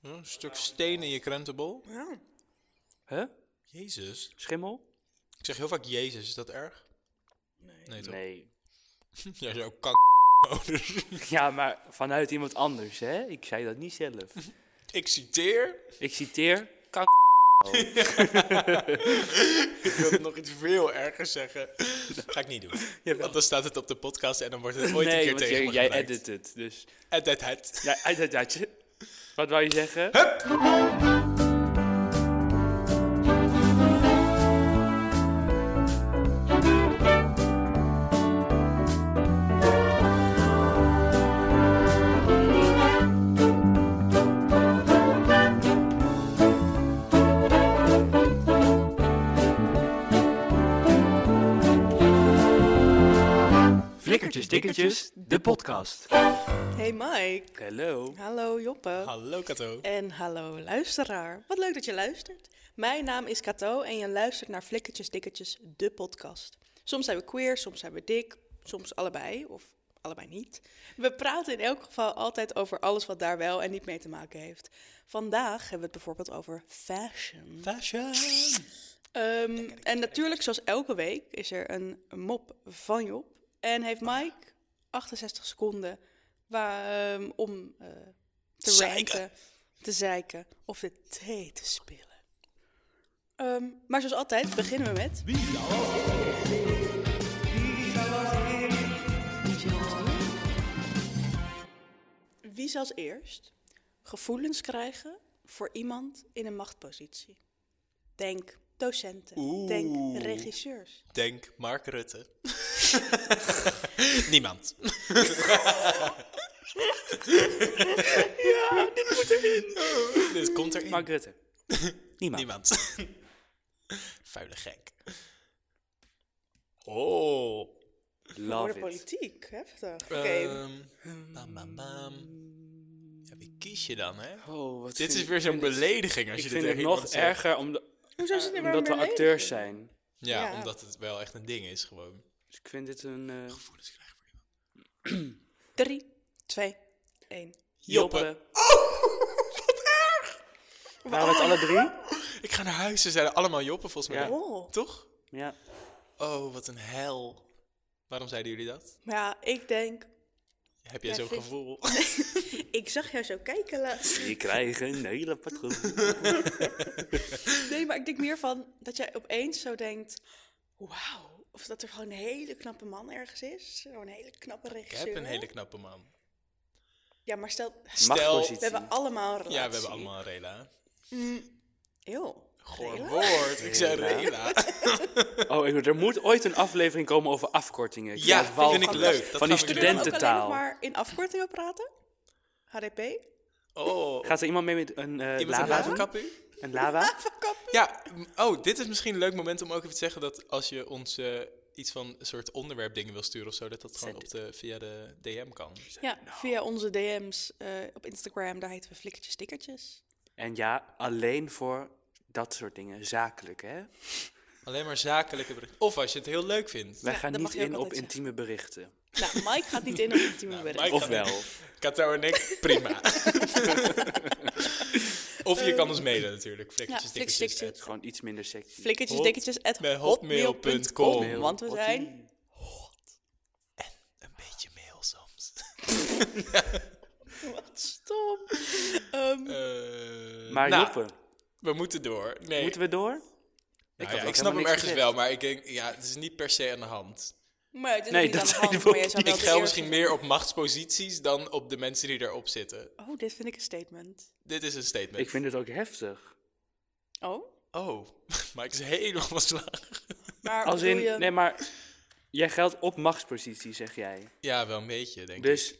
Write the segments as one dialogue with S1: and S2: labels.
S1: Ja, een stuk steen in je krentenbol.
S2: Ja.
S3: Huh?
S1: Jezus.
S3: Schimmel?
S1: Ik zeg heel vaak Jezus, is dat erg?
S2: Nee.
S1: Nee, toch?
S3: Nee.
S1: Ja, zo kank.
S3: Ja, maar vanuit iemand anders, hè? Ik zei dat niet zelf.
S1: Ik citeer.
S3: Ik citeer. Kan
S1: Ik wilde nog iets veel ergers zeggen. Ga ik niet doen. Want dan staat het op de podcast en dan wordt het ooit een
S3: nee,
S1: keer
S3: want
S1: tegen
S3: jij,
S1: me
S3: jij
S1: gebruikt.
S3: edit het. Dus.
S1: Edit het.
S3: Ja, edit dat. Wat wou je zeggen?
S4: Flikkertjes Dikkertjes, de podcast.
S2: Hey Mike.
S3: Hallo.
S2: Hallo Joppe.
S1: Hallo Kato.
S2: En hallo luisteraar. Wat leuk dat je luistert. Mijn naam is Kato en je luistert naar Flikkertjes Dikketjes, de podcast. Soms zijn we queer, soms zijn we dik, soms allebei of allebei niet. We praten in elk geval altijd over alles wat daar wel en niet mee te maken heeft. Vandaag hebben we het bijvoorbeeld over fashion.
S1: Fashion.
S2: Ehm, en natuurlijk, zoals elke week, is er een mop van Job. En heeft Mike 68 seconden waar, ehm, om eh, te
S1: Zeiken.
S2: ranten, te zeiken of de thee te spillen. Ehm, maar zoals altijd beginnen we met... Wie Wie zou als eerst gevoelens krijgen voor iemand in een machtpositie? Denk docenten. Denk regisseurs.
S1: Denk Mark Rutte. Niemand.
S2: Ja, dit moet erin.
S1: Oh, Dit komt erin.
S3: Mark Rutte. Niemand.
S1: Niemand. Vuile gek. Oh.
S2: Voor de
S3: Love it.
S2: politiek, heftig. Oké,
S1: Ehm,
S3: Hmm.
S1: bam, bam, bam. Ja, wie kies je dan, hè?
S3: Oh, wat
S1: Dit
S3: vind
S1: is
S3: ik-
S1: weer zo'n
S3: vind het-
S1: belediging als
S3: Ik
S1: je
S3: vind
S1: dit
S3: het
S1: tegen
S3: nog
S1: iemand zegt.
S3: erger omdat,
S2: hoezo zit er maar
S3: omdat we
S2: een
S3: acteurs
S2: belediging?
S3: zijn.
S1: Ja,
S2: Ja.
S1: omdat het wel echt een ding is gewoon.
S3: Dus ik vind dit een... eh,
S1: Gevoelens krijgen voor iemand.
S2: Drie, twee, één.
S1: Joppe.
S3: Oh, Waren het alle drie?
S1: Ik ga naar huis, ze zeiden allemaal joppen volgens mij.
S3: Ja.
S2: Oh.
S1: Toch?
S3: Ja.
S1: Oh, wat een hel. Waarom zeiden jullie dat?
S2: Maar ja, ik denk...
S1: Heb jij
S2: Ja,
S1: zo'n
S2: vind-
S1: gevoel?
S2: Ik zag jou zo kijken laatst.
S3: Die krijgen een hele patroon.
S2: Nee, maar ik denk meer van dat jij opeens zo denkt... Wauw. Of dat er gewoon een hele knappe man ergens is. Gewoon een hele knappe
S1: Ik
S2: regisseur.
S1: heb een hele knappe man.
S2: Ja, maar stel... We
S1: Stel,
S3: Machtpositie.
S1: we
S2: hebben allemaal een relatie.
S1: Ja, we hebben allemaal een Rela.
S2: Eeuw.
S1: Goor
S2: Rela?
S1: woord, ik zei
S3: Rela.
S1: Rela.
S3: Oh, ik- er moet ooit een aflevering komen over afkortingen. Ik
S1: Ja,
S3: het wel
S1: vind ik
S3: van-
S1: leuk. Dat
S3: van die
S1: gaan we doen.
S2: Kunnen we ook alleen nog
S3: studententaal.
S2: maar in afkortingen praten? HDP?
S1: Oh,
S3: Gaat er iemand mee met een eh
S1: iemand een
S3: lava? doen?
S1: havenkappie?
S3: Een lava?
S2: Afkappen?
S1: Ja, m- oh, dit is misschien een leuk moment om ook even te zeggen dat als je ons eh, iets van een soort onderwerp dingen wil sturen of zo, dat dat gewoon op de, via de DM kan.
S2: Ja, via onze DM's eh, op Instagram, daar heten we Flikkertjes Stickertjes.
S3: En ja, alleen voor dat soort dingen. Zakelijk, hè?
S1: Alleen maar zakelijke berichten. Of als je het heel leuk vindt.
S3: Wij
S2: Ja,
S3: gaan
S2: dat
S3: niet
S2: mag je ook
S3: in op
S2: altijd zeggen.
S3: intieme berichten.
S2: Nou, Mike gaat niet in op intieme
S1: Nou,
S2: werk.
S1: Mike- Ik
S3: Of
S1: ga
S3: wel.
S1: Kato en ik, prima. of je kan ons
S3: Eh,
S1: mailen natuurlijk. Flikkertjes,
S2: ja, flikkertjes,
S1: dikkertjes,
S2: dikkertjes.
S1: eh,
S3: Gewoon iets minder sexy.
S2: Flikkertjes
S1: Hot-
S2: Stickertjes at
S1: bij
S2: hotmail.com,
S1: hotmail.com.
S2: want we
S3: Hotmail.
S2: zijn...
S1: Een beetje mail soms.
S2: Wat stom. Ehm,
S1: Eh,
S3: Maar
S1: nou,
S3: Joppe,
S1: we moeten door. Nee.
S3: moeten we door?
S1: Nou
S3: had
S1: ja,
S3: ook
S1: ik snap
S3: helemaal
S1: hem
S3: niks
S1: ergens
S3: gezegd.
S1: wel, maar ik denk, ja, het is niet per se aan de hand.
S2: maar het is
S3: Nee,
S2: nog niet
S3: dat
S2: aan de hand,
S3: zijn we
S2: maar jij
S3: ook
S2: zou wel
S1: ik
S2: de
S1: geld
S2: eerste
S1: misschien meer op machtsposities dan op de mensen die daarop zitten.
S2: zijn. Oh, dit vind ik een statement.
S1: Dit is een statement.
S3: Ik vind het ook heftig.
S2: Oh,
S1: Oh, Mike is helemaal van slag.
S2: maar
S3: Als
S2: bedoel je...
S3: in, nee, maar jij geldt op machtspositie, zeg jij.
S1: Ja, wel een beetje, denk ik.
S3: Dus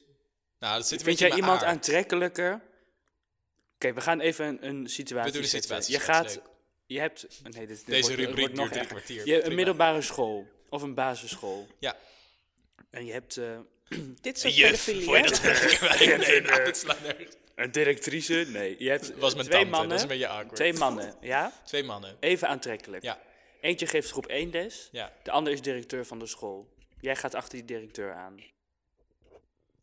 S1: Nou, dat zit een
S3: vind
S1: beetje
S3: jij
S1: in mijn
S3: iemand
S1: aard.
S3: aantrekkelijker? Oké, we gaan even een, een situatie
S1: We doen de
S3: schetsen.
S1: situatie
S3: Je
S1: schetsen,
S3: gaat, je hebt, nee, dit, dit
S1: Deze
S3: wordt- dit
S1: rubriek
S3: wordt nog
S1: duurt drie
S3: erger.
S1: kwartier,
S3: Je hebt een
S1: prima.
S3: middelbare school of een basisschool
S1: Ja.
S3: en je hebt eh,
S2: Dit soort
S1: Juf,
S2: pedofilie,
S1: vond je
S2: hè?
S1: dat erg? Nee,
S3: eh,
S1: nou, dat slaat nergens.
S3: een directrice. Nee, je hebt
S1: was mijn
S3: twee
S1: tante,
S3: mannen.
S1: dat is een beetje awkward.
S3: Twee mannen, ja,
S1: Twee mannen.
S3: even aantrekkelijk.
S1: Ja.
S3: Eentje geeft groep 1 les,
S1: Ja.
S3: de ander is directeur van de school. Jij gaat achter die directeur aan.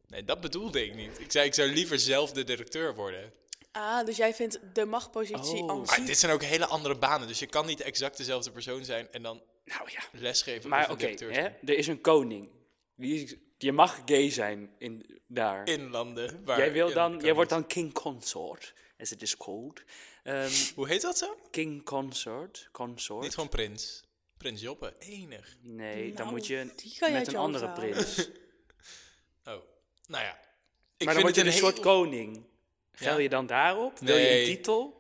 S1: Nee, dat bedoelde ik niet. Ik zei, ik zou liever zelf de directeur worden.
S2: Ah, dus jij vindt de machtpositie
S3: Oh.
S2: aan
S1: Maar
S2: zich-
S1: dit zijn ook hele andere banen, dus je kan niet exact dezelfde persoon zijn en dan
S3: Nou ja.
S1: lesgeven of
S3: Maar
S1: een
S3: oké,
S1: directeur
S3: hè,
S1: zijn.
S3: er is een koning. Die is, je mag gay zijn in, daar.
S1: in landen waar...
S3: jij, wil
S1: ja,
S3: dan,
S1: kan
S3: jij wordt
S1: niet.
S3: dan king consort, as it is called. Ehm,
S1: Hoe heet dat zo?
S3: king consort, consort.
S1: Niet gewoon prins. Prins Joppe, enig.
S3: nee, dan
S2: Nou,
S3: moet je
S2: die kan je uit
S3: met
S2: je
S3: een
S2: hoofd
S3: andere
S2: halen.
S3: prins.
S1: Oh, nou ja. Ik
S3: maar dan word je dus
S1: het
S3: een
S1: heel-
S3: soort koning. Geil
S1: Ja.
S3: je dan daarop? Wil je
S1: Nee.
S3: een titel?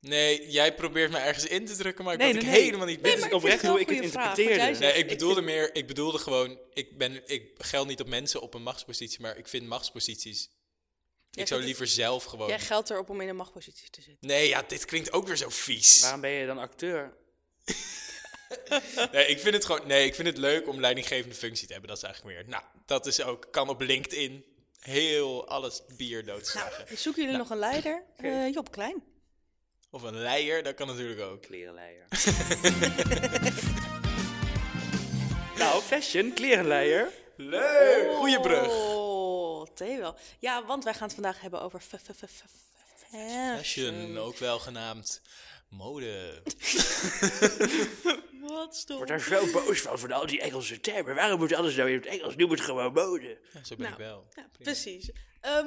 S1: Nee, jij probeert me ergens in te drukken, maar ik
S3: Nee,
S1: weet
S3: nee,
S1: ik
S3: nee.
S1: helemaal niet
S3: Nee,
S1: binnen.
S3: maar
S2: ik vind
S3: oprecht
S2: wel
S3: hoe
S2: een
S3: ik het
S2: goede vraag, want jij
S3: interpreteerde.
S2: zegt,
S1: Nee, ik bedoelde
S2: vind-
S1: meer, ik bedoelde gewoon, ik, ben, ik geld niet op mensen op een machtspositie, maar ik vind machtsposities.
S2: Jij
S1: ik zou
S2: vindt
S1: liever zelf gewoon.
S2: Jij geldt erop om in een machtpositie te zitten.
S1: Nee, ja, dit klinkt ook weer zo vies.
S3: Waarom ben je dan acteur?
S1: Nee, ik vind het gewoon, nee, ik vind het leuk om leidinggevende functie te hebben, dat is eigenlijk meer. Nou, dat is ook, kan op LinkedIn heel alles bier
S3: Nou.
S1: doodslagen.
S2: Dus zoeken
S1: Nou.
S2: jullie nog een leider? Eh, Job Klein.
S1: Of een leier, dat kan natuurlijk ook.
S3: Klerenleier. nou, fashion, klerenleier.
S1: Leuk! Goeie brug.
S2: Oh, thee wel. Ja, want wij gaan het vandaag hebben over... f- f- f- f-
S1: Fashion, ook wel genaamd mode.
S2: Wat stom.
S3: Wordt daar zo boos van, van al die Engelse termen. Waarom moet alles nou in het Engels? Nu moet het gewoon mode.
S1: Ja, zo ben
S2: Nou,
S1: ik wel.
S2: Ja, precies. Ehm,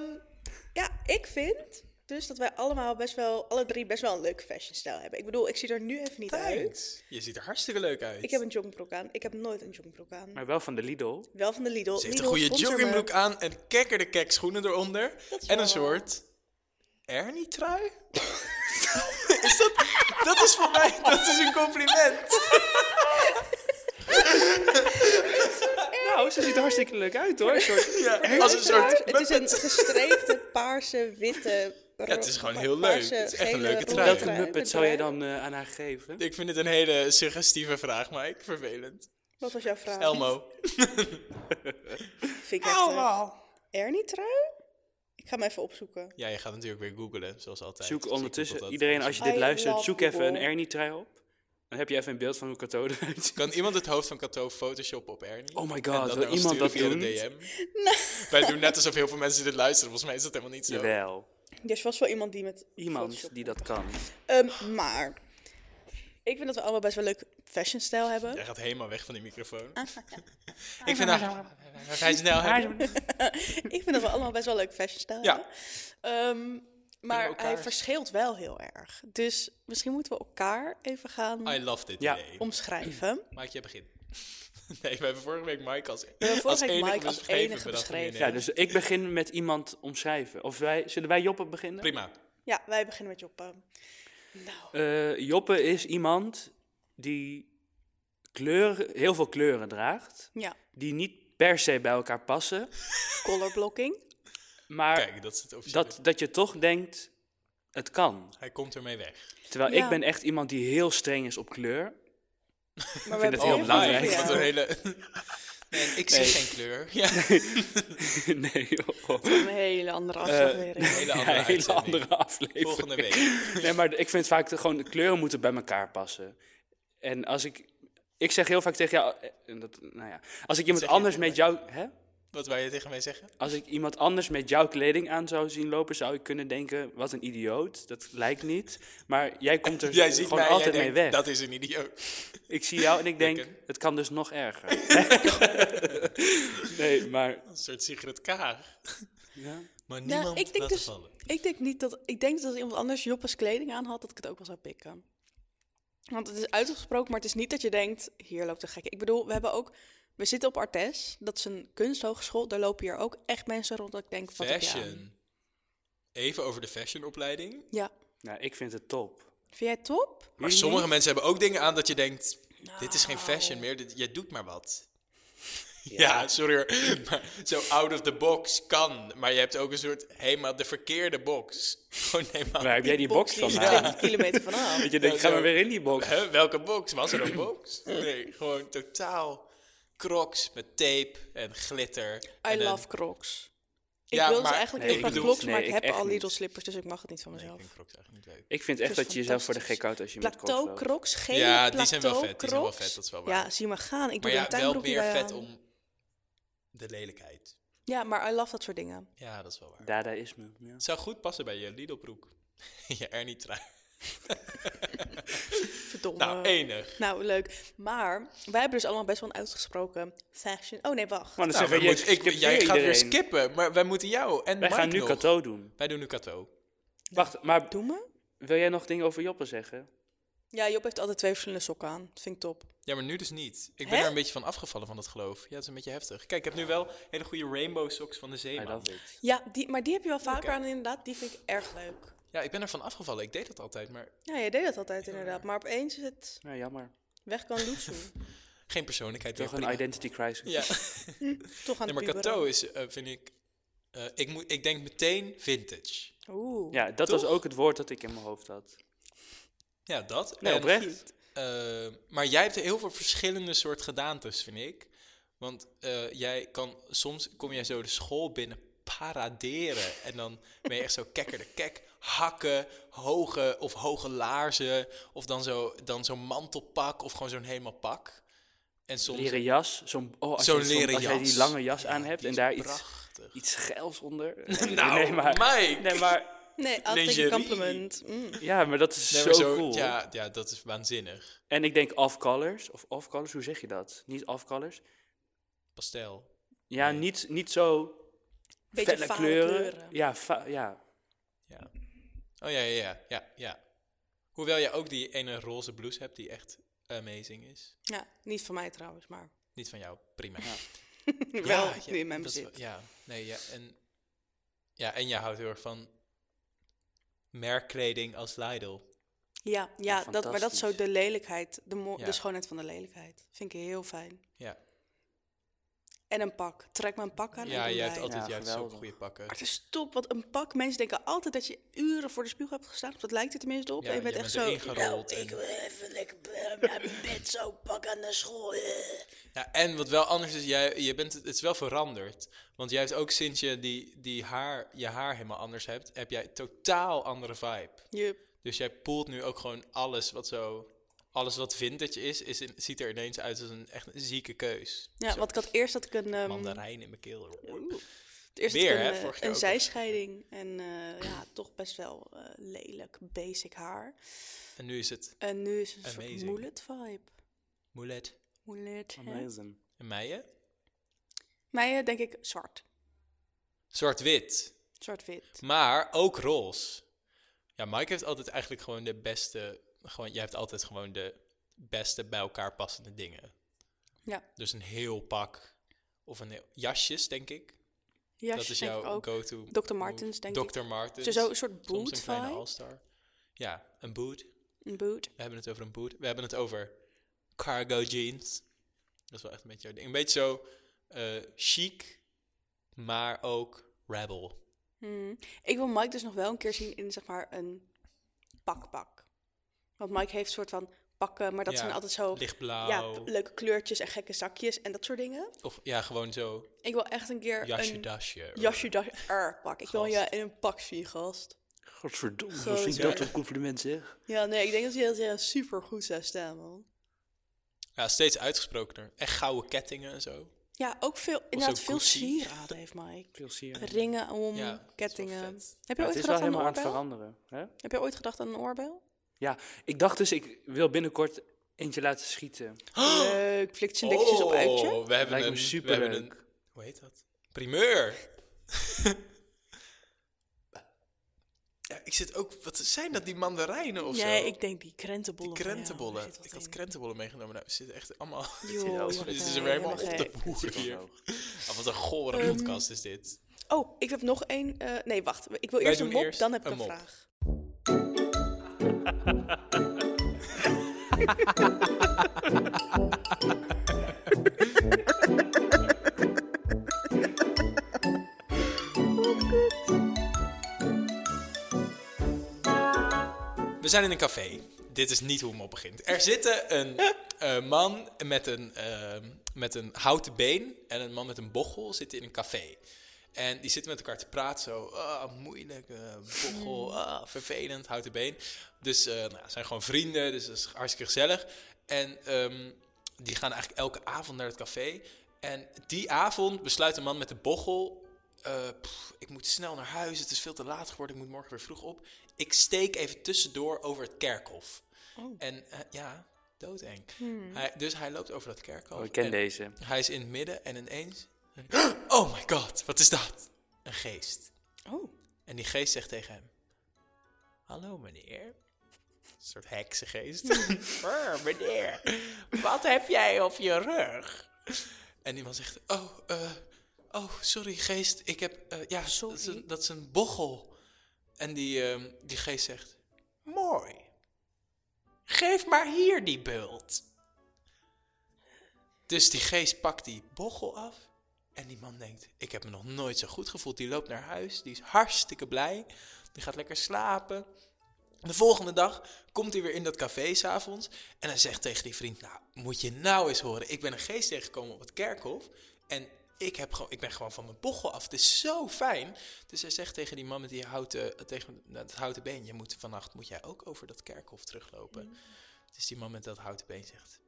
S2: ja, ik vind dus dat wij allemaal best wel, alle drie best wel een leuke fashionstijl hebben. Ik bedoel, ik zie er nu even niet uit.
S1: Thanks. Je ziet er hartstikke leuk uit.
S2: Ik heb een joggingbroek aan. Ik heb nooit een joggingbroek aan.
S3: Maar wel van de Lidl.
S2: Wel van de Lidl.
S1: Ze heeft een
S2: Lidl,
S1: goede
S2: sponsor me.
S1: joggingbroek aan en kekker de kek schoenen eronder.
S2: Dat is
S1: En
S2: wel
S1: een
S2: waar.
S1: soort Ernie-trui? is dat, dat is voor mij, dat is een compliment.
S3: Nou, ze ziet er hartstikke leuk uit hoor. Een soort-
S1: Ja, als een soort...
S2: Het is een gestreepte paarse, witte...
S1: Ja, het is gewoon heel
S2: paarse,
S1: leuk. Het is echt een
S2: gele,
S1: leuke
S2: ronde
S1: trui.
S3: Welke
S1: Trui
S3: muppet
S2: met
S3: zou jij
S2: draai.
S3: dan eh, aan haar geven?
S1: Ik vind het een hele suggestieve vraag, Mike. Vervelend.
S2: Wat was jouw vraag?
S1: Elmo.
S2: Vind ik echt, eh, Ernie trui? Ik ga hem even opzoeken.
S1: Ja, je gaat natuurlijk weer googlen, zoals altijd. Dus
S3: Zoek
S1: ik
S3: ondertussen,
S1: google dat.
S3: iedereen als je dit
S2: I
S3: luistert,
S2: love
S3: zoek
S2: Google.
S3: even een Ernie-trui op. Dan heb je even een beeld van hoe Kato eruit ziet.
S1: Kan iemand het hoofd van Kato photoshoppen op Ernie?
S3: Oh my god,
S1: En
S3: wil
S1: naar ons
S3: iemand
S1: sturen
S3: dat
S1: via de
S3: doen?
S1: DM? Wij doen net alsof heel veel mensen dit luisteren. Volgens mij is dat helemaal niet zo.
S3: Jawel,
S2: Er is vast wel iemand die met Photoshop-
S3: iemand die dat kan.
S2: Ehm, maar ik vind dat we allemaal best wel leuk fashionstijl hebben.
S1: Jij gaat helemaal weg van die microfoon. ik vind haar... Ga je snel
S2: Ik vind dat we allemaal best wel leuk fashionstijl
S1: Ja.
S2: hebben. Ehm, maar
S1: elkaar
S2: hij
S1: eens-
S2: verschilt wel heel erg. Dus misschien moeten we elkaar even gaan
S1: I love dit
S3: Ah, Ja.
S1: idee.
S2: omschrijven.
S1: Maak jij begin. nee, we hebben vorige week Mike als,
S2: vorige
S1: als
S2: week
S1: enige
S2: Mike als
S1: beschreven.
S2: enige
S1: bedacht we nu
S2: beschreven.
S1: ineens.
S3: Ja, dus ik begin met iemand omschrijven. Of wij, zullen wij Joppe beginnen?
S1: Prima.
S2: Ja, wij beginnen met Joppe. Nou,
S3: Eh, Joppe is iemand die kleuren, heel veel kleuren draagt.
S2: ja,
S3: Die niet per se bij elkaar passen.
S2: color blocking.
S3: Maar
S1: Kijk, dat is het officiële.
S3: dat, dat je toch denkt, het kan.
S1: Hij komt ermee weg.
S3: Terwijl
S2: Ja.
S3: ik ben echt iemand die heel streng is op kleur.
S2: Maar we
S3: vind
S2: hebben
S3: het heel
S2: heel veel
S3: belangrijk,
S2: voor
S1: Wat
S2: jou.
S1: een hele... Nee, ik zie
S3: Nee.
S1: geen kleur. Ja,
S3: nee, joh.
S2: Een hele andere aflevering.
S1: een hele
S3: Ja,
S1: andere,
S3: hele
S1: uitzending.
S3: andere aflevering.
S1: Volgende week.
S3: Nee, maar ik vind vaak de- gewoon de kleuren moeten bij elkaar passen. En als ik. Ik zeg heel vaak tegen jou. eh, en Dat, nou ja, als ik iemand
S1: zeg je
S3: anders met jou. Hè?
S1: Wat wou je tegen mij zeggen?
S3: Als ik iemand anders met jouw kleding aan zou zien lopen, zou ik kunnen denken: wat een idioot. Dat lijkt niet. Maar jij komt er
S1: Jij ziet
S3: gewoon
S1: mij en jij
S3: altijd mee
S1: denkt,
S3: weg.
S1: Dat is een idioot.
S3: Ik zie jou en ik denk:
S1: Lekker.
S3: het kan dus nog erger. nee, maar.
S1: Een soort Sigrid Kaag.
S3: Ja.
S1: Maar
S2: Nou,
S1: niemand
S2: ik denk
S1: laat
S2: dus,
S1: vallen.
S2: ik denk niet dat, ik denk dat als iemand anders Joppes kleding aan had, dat ik het ook wel zou pikken. Want het is uitgesproken, maar het is niet dat je denkt, hier loopt een gek. Ik bedoel, we hebben ook, we zitten op Artes, dat is een kunsthogeschool, daar lopen hier ook echt mensen rond dat ik denk, wat heb je aan?
S1: Fashion. Even over de fashionopleiding.
S2: Ja,
S3: Nou, ik vind het top.
S2: vind jij het top?
S1: Maar sommige mensen hebben ook dingen aan dat je denkt: dit is geen
S2: Nou.
S1: fashion meer, dit, jij doet maar wat. Ja, sorry hoor. Maar zo out of the box kan. Maar je hebt ook een soort helemaal de verkeerde box. Gewoon helemaal.
S3: Waar heb jij die box
S2: Die
S3: van?
S2: is
S3: Ja.
S2: 20 kilometer vanaf.
S3: Dat je denkt:
S1: Ja,
S3: ga
S1: zo.
S3: maar weer in die box.
S1: Huh, welke box? Was er een box? Nee, gewoon totaal crocs met tape en glitter.
S2: I
S1: en een-
S2: love crocs. Ik
S1: Ja,
S2: wil dus
S1: maar-
S2: eigenlijk
S1: nee,
S2: heel
S1: ik
S2: graag
S1: bedoel-
S2: crocs, maar
S3: nee,
S2: ik
S3: ik
S2: heb
S3: echt
S2: al
S3: niet.
S2: Lidl slippers, dus ik mag het niet van
S1: Nee, ik
S2: mezelf.
S1: vind crocs eigenlijk niet leuk.
S3: Ik vind echt
S2: Dat is
S3: dat je jezelf voor de
S2: fantastisch.
S3: gek houdt als je met crocs
S2: Plateau
S3: loopt.
S2: crocs, gele
S1: Ja, die zijn wel
S2: plateau
S1: vet, die zijn wel
S2: crocs.
S1: vet, dat is wel waar.
S2: Ja, zie maar gaan.
S1: Maar
S2: Ik doe
S1: ja,
S2: er een
S1: wel
S2: tuinbroekje
S1: meer
S2: bij
S1: vet
S2: aan.
S1: om de lelijkheid.
S2: Ja, maar I love dat soort dingen.
S1: Ja, dat is wel waar.
S3: Dadaïsme. Ja.
S1: Het zou goed passen bij je Lidl-broek. je Ernie trui.
S2: Verdomme.
S3: Ah.
S1: Nou, enig.
S2: Nou, leuk. Maar wij hebben dus allemaal best wel een uitgesproken fashion. Oh nee, wacht.
S3: Maar dan
S1: Nou,
S3: zeggen
S1: we
S3: we,
S1: moeten- ik, jij gaat weer skippen, maar wij moeten jou en
S3: Wij
S1: Mike
S3: gaan nu
S1: nog.
S3: Kato doen.
S1: Wij doen nu Kato.
S3: Wacht, maar
S2: Doe me?
S3: wil jij nog dingen over Joppe zeggen?
S2: Ja, Job heeft altijd twee verschillende sokken aan. Dat vind ik top.
S1: Ja, maar nu dus niet. Ik ben
S2: Hè?
S1: er een beetje van afgevallen van dat geloof. Ja, dat is een beetje heftig. Kijk, ik heb nu wel hele goede rainbow socks van de
S3: I
S1: zeeman.
S3: love it.
S2: Ja, die, maar die heb je wel vaker
S1: Oké.
S2: aan inderdaad. Die vind ik erg leuk.
S1: Ja, ik ben ervan afgevallen. Ik deed dat altijd, maar
S2: Ja, jij deed dat altijd inderdaad. Maar opeens is het
S3: Nou, jammer.
S2: weg kan loesoe.
S1: geen persoonlijkheid.
S3: Toch
S1: meer.
S3: een
S1: Prima.
S3: identity crisis.
S1: Ja,
S2: Toch aan
S1: nee,
S2: het
S1: maar
S2: puberen.
S1: Kato is, eh, vind ik... eh, ik, moet, ik denk meteen vintage.
S2: Oeh.
S3: Ja, dat was
S1: Toch?
S3: ook het woord dat ik in mijn hoofd had.
S1: Ja, dat.
S3: Nee,
S1: En-
S3: oprecht.
S1: Eh, maar jij hebt heel veel verschillende soort gedaantes, vind ik. Want eh, jij kan, soms kom jij zo de school binnen paraderen. En dan ben je echt zo kekker de kek. Hakken, hoge of hoge laarzen. Of dan zo'n dan zo'n mantelpak of gewoon zo'n helemaal pak. En soms
S3: Leren jas. Zo'n oh, als
S1: zo'n
S3: je- zo'n-
S1: leren
S3: Als jij die
S1: jas.
S3: lange jas
S1: Ja,
S3: aan hebt
S1: die
S3: en
S1: is
S3: daar iets,
S1: prachtig.
S3: iets geils onder.
S1: Nou,
S3: nee, maar,
S1: Mike!
S3: nee, maar,
S2: Nee, altijd een
S1: Lingerie.
S2: compliment. Mm.
S3: ja, maar dat is
S1: Nee,
S3: zo,
S1: maar zo-
S3: cool.
S1: Ja, ja, dat is waanzinnig.
S3: En ik denk off-colors. Of off-colors, hoe zeg je dat? Niet off-colors.
S1: Pastel.
S3: Ja,
S1: Nee.
S3: niet, niet zo
S2: Beetje
S3: felle
S2: fale
S3: kleuren.
S2: kleuren.
S3: Ja, fa- ja.
S1: Ja. Oh ja, ja, ja, ja, ja. Hoewel jij ook die ene roze blouse hebt die echt amazing is.
S2: Ja, niet van mij trouwens, maar
S1: Niet van jou, prima.
S2: wel nu in mijn
S1: dat is wel-
S2: bezit.
S1: Ja, nee, ja, en, ja, en jij houdt heel erg van merkkleding als Lidl.
S2: Ja, ja dat, maar dat is zo
S3: fantastisch.
S2: de lelijkheid, de, mo-
S1: Ja.
S2: de schoonheid van de lelijkheid. Vind ik heel fijn.
S1: Ja,
S2: En een pak. Trek mijn pak aan en
S1: ja
S2: doe
S1: jij hebt
S2: mij.
S1: altijd
S3: Ja,
S1: jij hebt zulke
S3: geweldig.
S1: goede pakken.
S2: Maar het is top, want een pak, mensen denken altijd dat je uren voor de spiegel hebt gestaan. Of dat lijkt het tenminste op.
S1: Ja,
S2: en je
S1: je
S2: bent echt
S1: bent
S2: zo,
S1: erin gerold
S2: nou,
S1: en-
S2: ik wil even lekker naar mijn bed zo, pak aan de school. eh."
S1: Ja, en wat wel anders is, jij, je bent, het is wel veranderd. Want jij hebt ook sinds je die, die haar, je haar helemaal anders hebt, heb jij totaal andere vibe.
S2: Jup.
S1: Dus jij poelt nu ook gewoon alles wat zo... Alles wat vintage is, is in- ziet er ineens uit als een echt een zieke keus.
S2: Ja,
S1: Zo,
S2: want ik had eerst dat ik een, ehm,
S1: Mandarijn in mijn keel.
S2: het eerst dat
S1: Weer,
S2: ik een,
S1: hè,
S2: eh,
S1: vorig jaar
S2: een
S1: ook.
S2: zijscheiding. En eh, ja, toch best wel eh, lelijk, basic haar.
S1: En nu is het
S2: En nu is het een soort
S1: Amazing.
S2: mullet vibe.
S1: moulet.
S2: Mullet. hè?
S3: Amazing.
S1: En meijen?
S2: Mij eh, denk ik zwart.
S1: Zwart-wit.
S2: Zwart-wit.
S1: Maar ook roze. Ja, Mike heeft altijd eigenlijk gewoon de beste... Gewoon, jij hebt altijd gewoon de beste bij elkaar passende dingen.
S2: Ja.
S1: Dus een heel pak. Of een heel- jasjes, denk ik.
S2: Jasjes
S1: dat is
S2: denk ik
S1: jouw
S2: ook.
S1: go-to.
S2: Dr. Martens, denk ik.
S1: Dr. Martens.
S2: Zo- zo een soort
S1: Soms een kleine
S2: boot-vibe.
S1: all-star. Ja, een boot.
S2: Een boot.
S1: We hebben het over een boot. We hebben het over cargo jeans. Dat is wel echt een beetje jouw ding. Een beetje zo eh, chic, maar ook rebel.
S2: Hmm. Ik wil Mike dus nog wel een keer zien in zeg maar een pakpak. Want Mike heeft een soort van pakken, maar dat
S1: Ja,
S2: zijn altijd zo ja,
S1: Lichtblauw.
S2: p- leuke kleurtjes en gekke zakjes en dat soort dingen.
S1: of ja, gewoon zo
S2: Ik wil echt een keer
S1: jasje
S2: een
S1: dasje.
S2: jasje dag er pak. Ik wil
S1: Gast.
S2: je in een pak zien, gast.
S3: Godverdomme,
S2: Gozer. vind ik dat
S3: een compliment zeg.
S2: Ja, nee, ik denk dat hij dat hij super goed zou staan, man.
S1: Ja, steeds uitgesprokener. Echt gouden kettingen en zo.
S2: Ja, ook veel, inderdaad
S1: zo'n
S2: veel
S1: Gucci.
S2: sieraden heeft Mike.
S3: Veel sier.
S2: Ringen om,
S1: Ja, dat is wel
S2: kettingen.
S1: vet.
S2: Heb je
S3: Het
S2: ooit
S3: is wel
S2: gedacht aan een
S3: helemaal aan het
S2: oorbel?
S3: veranderen. Hè?
S2: Heb je ooit gedacht aan een oorbel?
S3: Ja, ik dacht dus, ik wil binnenkort eentje laten schieten.
S2: Leuk, flikt zijn dikjes
S1: Oh.
S2: op uitje.
S1: we hebben
S3: Lijkt me
S1: een
S3: superleuk.
S1: We hebben een, hoe heet dat? Primeur. ja, ik zit ook. Wat zijn dat? Die mandarijnen of
S2: Nee,
S1: zo?
S2: ik denk die krentenbollen.
S1: Die
S2: van jou,
S1: krentenbollen.
S2: daar zit wat
S1: Ik had
S2: in.
S1: krentenbollen meegenomen. Nou, ze zitten echt allemaal.
S2: Joh,
S3: Dit is
S2: wat
S1: Dit is
S2: een
S1: weer helemaal op
S2: helemaal
S1: de
S2: gek.
S1: boer hier.
S3: omhoog.
S1: Ah, wat een gore
S2: Ehm,
S1: podcast is dit.
S2: Oh, ik heb nog één. eh, nee, wacht. Ik wil eerst een
S1: doen
S2: mop,
S1: eerst
S2: dan heb
S1: een
S2: ik een
S1: mop.
S2: vraag.
S1: We zijn in een café. Dit is niet hoe een mop begint. Er zitten een eh, man met een, eh, met een houten been en een man met een bochel zitten in een café. En die zitten met elkaar te praten, zo, ah, moeilijk, eh, bochel, ah, vervelend, houten been. Dus eh nou, zijn gewoon vrienden, dus dat is hartstikke gezellig. En ehm, die gaan eigenlijk elke avond naar het café. En die avond besluit de man met de bochel... eh, pff, ik moet snel naar huis, het is veel te laat geworden, ik moet morgen weer vroeg op. Ik steek even tussendoor over het kerkhof. En eh, ja, doodeng. Hij, dus hij loopt over dat kerkhof.
S3: Oh, ik ken
S1: en
S3: deze.
S1: Hij is in het midden en ineens... Oh my god, wat is dat? Een geest.
S2: Oh,
S1: En die geest zegt tegen hem: Hallo meneer. Een soort heksengeest. "Brr, meneer, wat heb jij op je rug? En die man zegt: Oh, eh, oh sorry geest, ik heb. eh, ja, Dat, is
S2: Sorry.
S1: een, dat is een bochel. En die, ehm, die geest zegt: Mooi. Geef maar hier die bult. Dus die geest pakt die bochel af. En die man denkt, ik heb me nog nooit zo goed gevoeld. Die loopt naar huis, die is hartstikke blij. Die gaat lekker slapen. De volgende dag komt hij weer in dat café s'avonds. En hij zegt tegen die vriend, nou, moet je nou eens horen. Ik ben een geest tegengekomen op het kerkhof. En ik, heb gewoon, ik ben gewoon van mijn bochel af. Het is zo fijn. Dus hij zegt tegen die man met die houten, tegen, nou, dat houten been... Je moet, vannacht moet jij ook over dat kerkhof teruglopen. Dus die man met dat houten been zegt,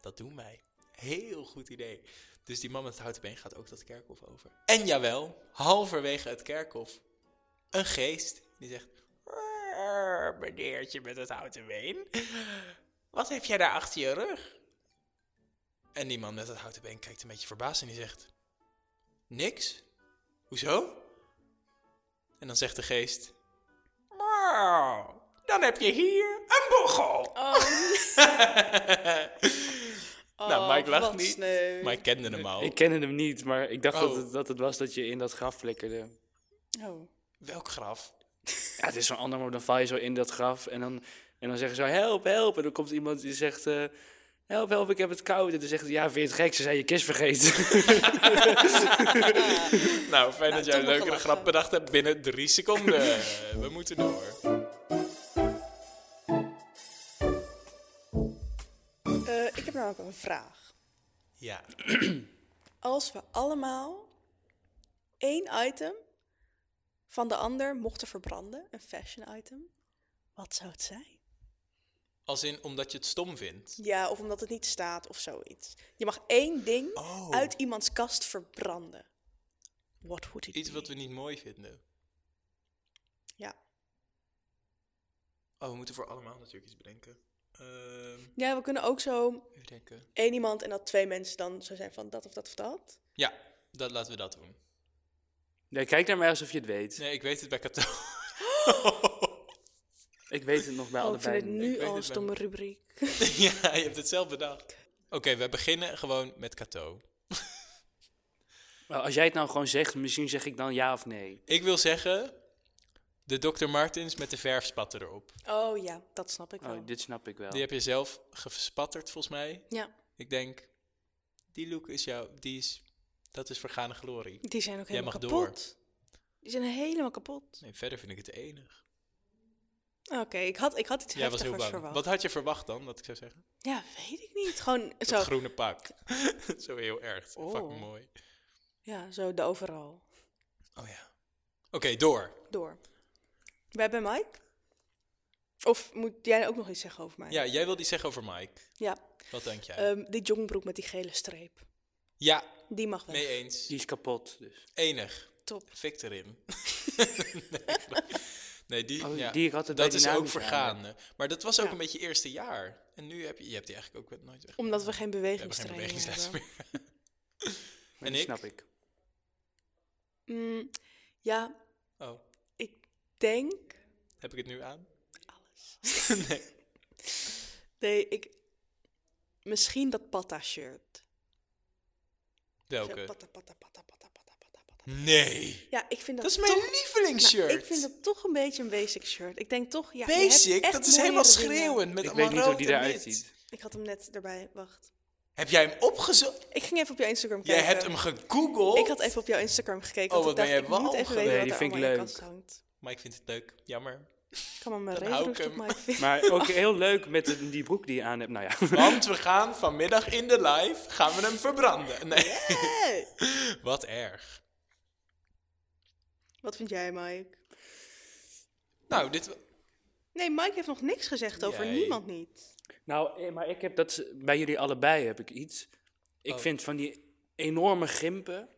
S1: dat doen wij. Heel goed idee. Dus die man met het houten been gaat ook dat kerkhof over. En jawel, halverwege het kerkhof, een geest die zegt... "Brrr, Meneertje met het houten been, wat heb jij daar achter je rug? En die man met het houten been kijkt een beetje verbaasd en die zegt... Niks? Hoezo? En dan zegt de geest... "Mauw, Dan heb je hier een bochel!
S2: Oh,
S1: nou, Mike lacht
S2: Oh, wat
S1: niet,
S2: sneu.
S1: maar ik kende hem al.
S3: Ik kende hem niet, maar ik dacht dat,
S1: Oh.
S3: het, dat het was dat je in dat graf flikkerde.
S2: oh.
S1: Welk graf?
S3: Ja, het is zo'n ander, maar dan val je zo in dat graf en dan, en dan zeggen ze help, help. En dan komt iemand die zegt, eh, help, help, ik heb het koud. En dan zegt hij, ja, vind je het gek, ze zijn je kist vergeten.
S1: Nou, fijn dat jij
S2: toen
S1: een
S2: nog
S1: leukere
S2: gelachen.
S1: grap bedacht hebt binnen drie seconden. We moeten door.
S2: Eh, ik heb namelijk een vraag.
S1: Ja.
S2: Als we allemaal één item van de ander mochten verbranden, een fashion item, wat zou het zijn?
S1: Als in omdat je het stom vindt.
S2: Ja, of omdat het niet staat of zoiets. Je mag één ding
S1: Oh.
S2: uit iemands kast verbranden. What would it
S1: Iets
S2: be?
S1: wat we niet mooi vinden.
S2: Ja.
S1: Oh, we moeten voor allemaal natuurlijk iets bedenken. Ehm
S2: ja, we kunnen ook zo
S1: even denken.
S2: één iemand en dat twee mensen dan zo zijn van dat of dat of dat.
S1: Ja, dat, laten we dat doen.
S3: ja, kijk naar mij alsof je het weet.
S1: Nee, ik weet het bij Kato.
S3: Ik weet het nog bij
S2: Oh, ik vind
S3: allebei.
S2: het
S1: Ik
S3: niet.
S2: nu
S1: weet
S2: al een
S1: het
S2: stomme rubriek.
S1: ja, je hebt het zelf bedacht. Oké, we beginnen gewoon met Kato.
S3: Nou, Als jij het nou gewoon zegt, misschien zeg ik dan ja of nee.
S1: Ik wil zeggen, de Dr. Martens met de verfspatten erop.
S2: Oh ja, dat snap ik wel.
S3: Oh, dit snap ik wel.
S1: Die heb je zelf gespatterd, volgens mij.
S2: Ja,
S1: Ik denk, die look is jouw, die is, dat is vergane glorie.
S2: die zijn ook
S1: Jij
S2: helemaal
S1: mag door.
S2: kapot. Die zijn helemaal kapot.
S1: Nee, verder vind ik het enig.
S2: Oké, ik, had, ik had iets
S1: Jij was heel
S2: heftigers
S1: bang.
S2: verwacht.
S1: Wat had je verwacht dan, dat ik zou zeggen?
S2: Ja, weet ik niet. Gewoon zo,
S1: Dat groene pak. zo heel erg. Zo Fucking
S2: Oh.
S1: mooi.
S2: ja, zo de overal.
S1: Oh ja. Oké, door.
S2: Door. Wij bij Mike? Of moet jij ook nog iets zeggen over mij?
S1: Ja, jij wilde iets zeggen over Mike.
S2: Ja,
S1: Wat denk jij?
S2: ehm, die jongbroek met die gele streep.
S1: ja,
S2: Die mag wel.
S1: mee eens.
S3: Die is kapot, dus.
S1: Enig.
S2: Top.
S1: Fik erin. nee, die,
S3: Oh,
S1: ja,
S3: die ik altijd bij
S1: dat is ook
S3: dynamisch aan
S1: vergaan. hè. Maar dat was ook
S2: Ja.
S1: een beetje eerste jaar. En nu heb je, je hebt die eigenlijk ook nooit weg.
S2: Omdat we geen
S1: We hebben geen
S2: bewegingstraining hebben.
S1: bewegingslessen meer.
S3: Maar
S1: En
S3: die
S1: ik?
S3: snap ik.
S2: Mm, ja,
S1: Oh,
S2: ik denk...
S1: heb ik het nu aan?
S2: Nee, ik... Misschien dat patta-shirt. Zo
S1: Welke?
S2: patta, patta, patta, patta, patta, patta, patta.
S1: Nee.
S2: Ja, ik vind dat
S1: Dat is mijn
S2: toch-
S1: lievelingsshirt.
S2: Nou, ik vind dat toch een beetje een basic shirt. Ik denk toch, ja, je hebt
S1: Basic,
S2: echt
S1: dat is helemaal
S2: mooiere dingen.
S1: schreeuwend met
S3: Ik
S1: allemaal
S3: weet niet hoe die
S1: rood en
S3: eruit
S1: wit.
S3: ziet.
S2: Ik had hem net erbij, wacht.
S1: Heb jij hem opgezocht?
S2: Ik ging even op jouw Instagram
S1: Jij
S2: kijken.
S1: hebt hem gegoogeld?
S2: Ik had even op jouw Instagram gekeken.
S1: Oh,
S2: want
S1: wat
S2: ik
S1: ben
S2: dacht,
S1: jij
S2: Ik moet even
S1: walgelijk.
S2: weten
S3: Nee,
S2: wat
S3: die
S2: er
S3: vind ik
S2: allemaal in
S3: leuk.
S2: je kast hangt.
S1: Maar ik vind het leuk. Jammer.
S2: Ik kan hem mijn
S1: Dan hou ik
S2: regenroest
S1: hem.
S2: op mij vinden.
S3: Maar ook heel leuk met de- die broek die je aan hebt. Nou ja.
S2: Oh.
S1: Want we gaan vanmiddag in de live, gaan we hem verbranden. Nee,
S2: Hey!
S1: wat erg.
S2: Wat vind jij, Mike?
S1: Nou, dit...
S2: Nee, Mike heeft nog niks gezegd over
S1: Jij.
S2: niemand niet.
S3: Nou, eh, maar ik heb dat bij jullie allebei heb ik iets. Ik
S1: Oh.
S3: vind van die enorme gimpen.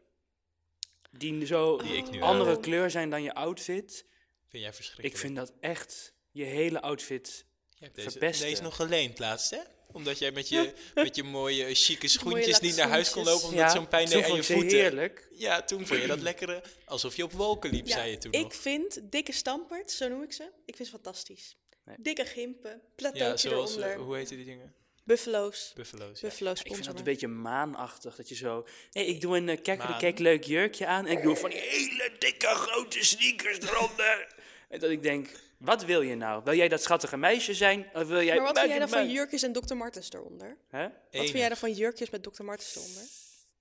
S3: Die zo
S1: Die ik nu
S3: andere
S1: heb.
S3: kleur zijn dan je outfit.
S1: Vind jij
S3: Ik
S1: verschrikkelijk?
S3: vind dat echt je hele outfit.
S1: Je hebt deze,
S3: verpesten.
S1: deze nog geleend laatst, hè? Omdat jij met je, met je mooie, eh, chique schoentjes niet naar huis kon
S2: lakschoentjes.
S1: lopen omdat zo'n pijn
S3: toen
S1: deed aan
S3: vond
S1: je
S3: ik ze
S1: voeten.
S3: heerlijk.
S1: Ja, toen vond je dat lekkere, alsof je op wolken liep, zei je toen
S2: ik
S1: nog.
S2: vind dikke stampert, zo noem ik ze, ik vind ze fantastisch.
S3: Nee.
S2: Dikke gimpen,
S1: Ja,
S2: plateautje
S1: zoals, eh,
S2: eronder,
S1: hoe heette die dingen?
S2: buffalo's.
S1: Buffalo's. ja.
S2: Buffalo's
S3: Ik vind dat
S2: sponsor
S3: een
S2: me.
S3: beetje maanachtig. Dat je zo. Hey, ik doe een uh,
S1: Maan.
S3: kek leuk jurkje aan. En ik doe van die hele dikke grote sneakers eronder. en dat ik denk: wat wil je nou? Wil jij dat schattige meisje zijn? Of wil jij.
S2: Maar wat vind jij
S3: Mij-
S2: dan van
S3: mij-
S2: jurkjes en Dr. Martens eronder?
S3: Hè?
S2: Wat vind
S1: Enig.
S2: jij dan van jurkjes met Dr. Martens eronder?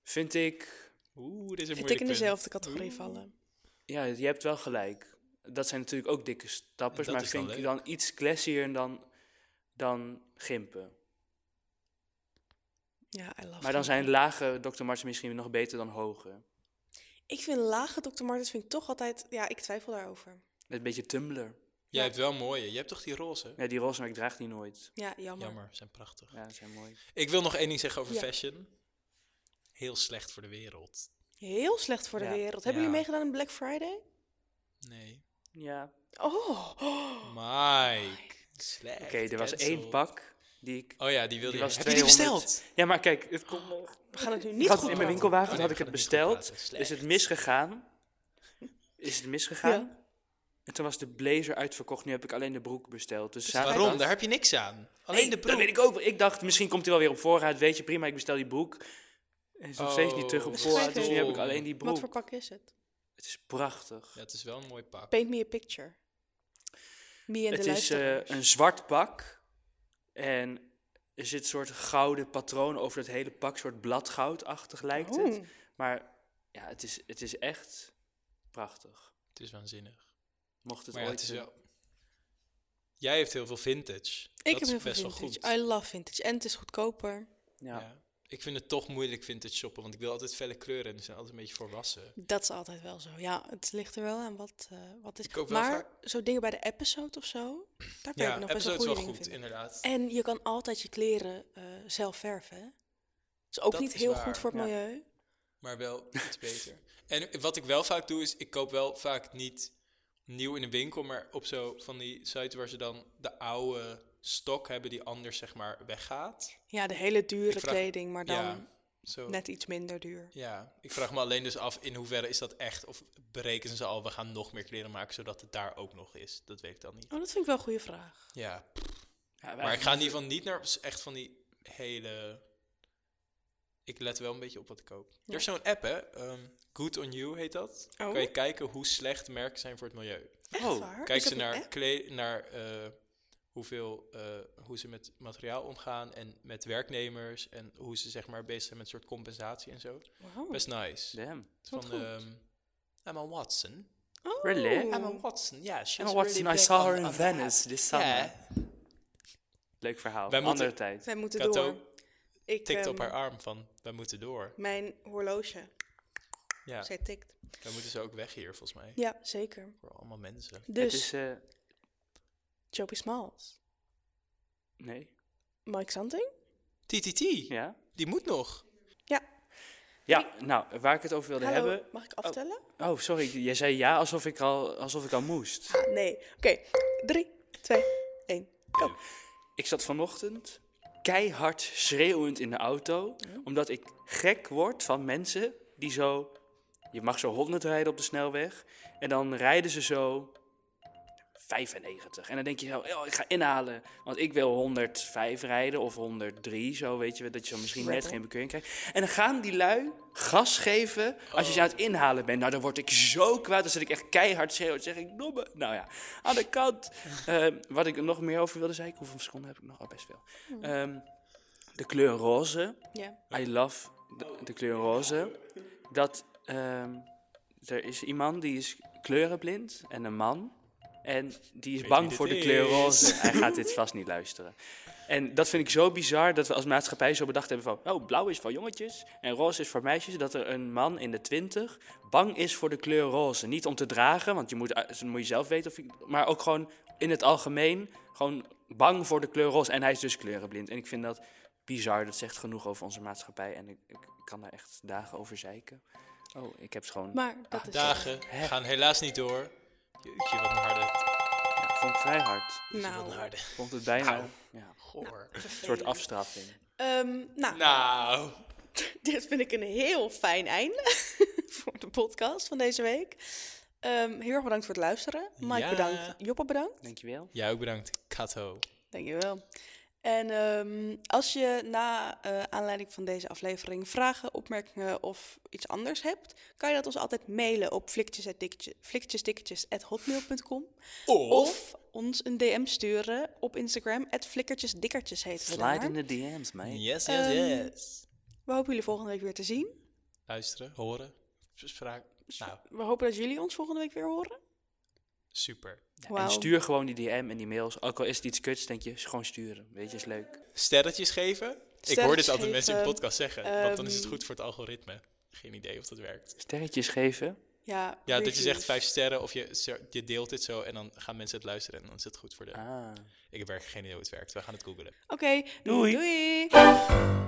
S3: Vind ik.
S1: Oeh, dit is een
S2: Vind ik
S1: moeilijk
S2: in
S1: punt.
S2: dezelfde categorie vallen.
S3: Ja, je hebt wel gelijk. Dat zijn natuurlijk ook dikke stappers.
S1: Dat
S3: Maar
S1: is dan
S3: vind ik
S1: leuk.
S3: dan iets classier dan, dan gimpen.
S2: Ja, I love
S3: Maar dan
S2: gimpen.
S3: zijn lage Dr. Martens misschien nog beter dan hoge.
S2: Ik vind lage Dr. Martens vind ik toch altijd... Ja, ik twijfel daarover.
S3: Met een beetje tumbler.
S1: Jij hebt wel mooie. Je hebt toch die roze?
S3: Ja, die roze, maar ik draag die nooit.
S2: Ja, jammer.
S1: Jammer, zijn prachtig.
S3: Ja, die zijn mooi.
S1: Ik wil nog één ding zeggen over
S2: Ja.
S1: fashion. Heel slecht voor de wereld.
S2: Heel slecht voor de
S3: Ja.
S2: wereld. Hebben
S1: Ja.
S2: jullie meegedaan aan Black Friday?
S1: Nee.
S3: Ja.
S2: Oh, oh.
S1: Mike. Slecht.
S3: Oké, er was
S1: Cancel.
S3: één pak die ik...
S1: Oh ja, die wilde
S3: Die
S1: je.
S3: was
S1: Heb je die
S3: 200.
S1: besteld?
S3: Ja, maar kijk, het komt nog.
S2: we gaan het nu
S3: Ik
S2: niet
S3: had
S2: goed
S3: het in mijn
S2: praten.
S3: winkelwagen,
S1: Oh, nee,
S3: had
S1: we
S3: ik het
S1: gaan het niet goed
S3: besteld.
S1: praten.
S3: Is het misgegaan? Is het misgegaan? En toen was de blazer uitverkocht. Nu heb ik alleen de broek besteld. Dus zaterdag-
S1: Waarom? Daar heb je niks aan. Alleen
S3: Nee,
S1: de
S3: Dat
S1: broek.
S3: weet ik ook. Ik dacht, misschien komt hij wel weer op voorraad. Weet je, prima, ik bestel die broek. Hij is nog steeds
S1: Oh,
S3: niet terug op
S1: wat
S3: voorraad. Dus nu heb ik
S1: stom.
S3: alleen die
S2: Wat
S3: broek.
S2: voor pak is het?
S3: Het is prachtig.
S1: Ja, het is wel een mooi pak.
S2: Paint me a picture. Me en de
S3: Het is eh,
S2: luisteraars.
S3: een zwart pak. En er zit een soort gouden patroon over het hele pak. Een soort bladgoudachtig lijkt het.
S2: Oh.
S3: Maar ja, het is, het is echt prachtig.
S1: Het is waanzinnig.
S3: Mocht het
S1: Maar ja,
S3: ooit
S1: het is
S3: een-
S1: wel... Jij heeft heel veel vintage.
S2: Ik
S1: dat
S2: heb
S1: is
S2: heel veel
S1: best wel
S2: vintage.
S1: goed.
S2: I love vintage. En het is goedkoper.
S3: Ja.
S1: Ja. Ik vind het toch moeilijk vintage shoppen, want ik wil altijd felle kleuren en ze zijn altijd een beetje volwassen.
S2: Dat is altijd wel zo. Ja, het ligt er wel aan wat, eh, wat is.
S1: Ik koop wel
S2: maar
S1: vaak-
S2: zo dingen bij de episode of zo, daar kan
S1: Ja,
S2: je nog best
S1: episode is
S2: wel goede
S1: wel goed,
S2: dingen vinden.
S1: inderdaad.
S2: En je kan altijd je kleren eh, zelf verven. hè? is ook
S1: Dat
S2: niet
S1: is
S2: heel
S1: waar,
S2: goed voor het
S3: ja.
S2: milieu.
S1: Maar wel iets beter. En wat ik wel vaak doe, is ik koop wel vaak niet nieuw in de winkel, maar op zo van die site waar ze dan de oude stok hebben die anders zeg maar weggaat.
S2: Ja, de hele dure
S1: Ik vraag-
S2: kleding, maar dan
S1: ja, Oh. zo.
S2: net iets minder duur.
S1: Ja, ik vraag me alleen dus af in hoeverre is dat echt? Of berekenen ze al, we gaan nog meer kleren maken, zodat het daar ook nog is? Dat weet ik dan niet.
S2: Oh, dat vind ik wel een goede vraag.
S1: Ja,
S3: Ja, wij-
S1: maar ik ga in ieder geval niet naar s- echt van die hele... Ik let wel een beetje op wat ik koop. Er is zo'n app, hè? ehm, Good on You heet dat.
S2: Oh.
S1: Kan je kijken hoe slecht merken zijn voor het milieu.
S2: Echt
S3: Oh,
S2: waar?
S1: Kijk
S2: Is dat
S1: ze
S2: een
S1: naar,
S2: app?
S1: kle- naar eh, hoeveel, eh, hoe ze met materiaal omgaan en met werknemers en hoe ze zeg maar bezig zijn met een soort compensatie en zo.
S2: Wauw.
S1: Best nice.
S3: Damn.
S1: Het is
S2: wat
S1: van
S2: goed.
S1: ehm, Emma Watson.
S2: Oh.
S3: Relax.
S1: Emma Watson, ja. Yeah,
S3: Emma Watson, I saw her in Venice this summer. Leuk verhaal.
S1: Wij
S3: Andere
S1: moeten-
S3: tijd.
S2: Wij moeten door.
S1: Kato
S2: Ik,
S1: tikt op
S2: ehm,
S1: haar arm van, wij moeten door.
S2: Mijn horloge,
S1: Ja,
S2: zij tikt.
S1: wij moeten ze ook weg hier volgens mij.
S2: Ja, zeker.
S1: Voor allemaal mensen.
S3: Het
S2: Dus,
S3: is... eh,
S2: Joby Smalls.
S3: nee.
S2: Mike Santing?
S1: TTT,
S3: Ja?
S1: die moet nog.
S2: Ja.
S3: Ja, nou, waar ik het over wilde
S2: Hallo,
S3: hebben...
S2: mag ik aftellen?
S3: Oh, sorry. Jij zei ja alsof ik al, alsof ik al moest.
S2: Nee. Oké, drie, twee, één.
S3: Ik zat vanochtend keihard schreeuwend in de auto. Omdat ik gek word van mensen die zo. Je mag zo 100 rijden op de snelweg. En dan rijden ze zo. 95. En dan denk je zo, oh, ik ga inhalen. Want ik wil 105 rijden of 103, zo weet je wel. Dat je zo misschien net
S2: Rebel.
S3: geen bekeuring krijgt. En dan gaan die lui gas geven als je ze aan het inhalen bent. Nou, dan word ik zo kwaad. Dan zit ik echt keihard schreeuwen. Dan zeg ik, domme. Nou ja, aan de kant. Eh, wat ik er nog meer over wilde zeggen. Hoeveel seconden heb ik nog? Oh, best veel. Ehm, de kleur roze.
S2: Ja.
S3: I love de, de kleur roze. Dat ehm, er is iemand die is kleurenblind en een man. En die is
S1: weet
S3: bang
S1: wie
S3: voor
S1: dit
S3: de kleur
S1: is.
S3: roze. Hij gaat dit vast niet luisteren. En dat vind ik zo bizar dat we als maatschappij zo bedacht hebben van... oh, blauw is voor jongetjes en roze is voor meisjes. Dat er een man in de twintig bang is voor de kleur roze. Niet om te dragen, want je moet, eh, moet je zelf weten of je... maar ook gewoon in het algemeen gewoon bang voor de kleur roze. En hij is dus kleurenblind. En ik vind dat bizar, dat zegt genoeg over onze maatschappij. En ik, ik kan daar echt dagen over zeiken. Oh, ik heb schoon.
S2: Maar
S3: Ah,
S2: dat is...
S1: Dagen
S3: Hè?
S1: gaan helaas niet door. Jeetje, wat een harde.
S3: Ja, vond ik vrij hard.
S1: Wat een
S2: Nou,
S1: harde.
S3: Vond het bijna
S1: Au.
S3: ja,
S1: Goor.
S3: een soort afstraffing.
S2: Ehm, nou,
S1: Nou,
S2: dit vind ik een heel fijn einde voor de podcast van deze week. Ehm, heel erg bedankt voor het luisteren. Mike
S1: Ja.
S2: bedankt. Joppe bedankt.
S3: Dankjewel.
S1: jij ook bedankt, Kato.
S2: Dankjewel. En ehm, als je na eh, aanleiding van deze aflevering vragen, opmerkingen of iets anders hebt, kan je dat ons altijd mailen op flikkertjesdikkertjes.hotmail.com
S1: Of,
S2: of ons een DM sturen op Instagram, flikkertjesdikkertjes heet we
S3: Slide
S2: daar.
S3: in de DM's, mate.
S1: yes, yes,
S2: Ehm,
S1: yes.
S2: We hopen jullie volgende week weer te zien.
S1: Luisteren, horen, spraak. Nou,
S2: We hopen dat jullie ons volgende week weer horen.
S1: super.
S2: Wauw.
S3: En stuur gewoon die DM en die mails. Ook al is het iets kuts, denk je, is gewoon sturen. Weet je, is leuk.
S1: Sterretjes geven? ik hoor dit
S2: Sterretjes
S1: altijd mensen in de
S2: geven,
S1: podcast zeggen, want dan is het
S2: ehm,
S1: goed voor het algoritme. Geen idee of dat werkt.
S3: Sterretjes geven.
S2: Ja,
S1: Ja, dat je
S2: reviews.
S1: zegt vijf sterren of je, je deelt dit zo en dan gaan mensen het luisteren en dan is het goed voor de...
S3: Ah.
S1: Ik heb werkelijk geen idee hoe het werkt. We gaan het googlen.
S2: Oké, doei.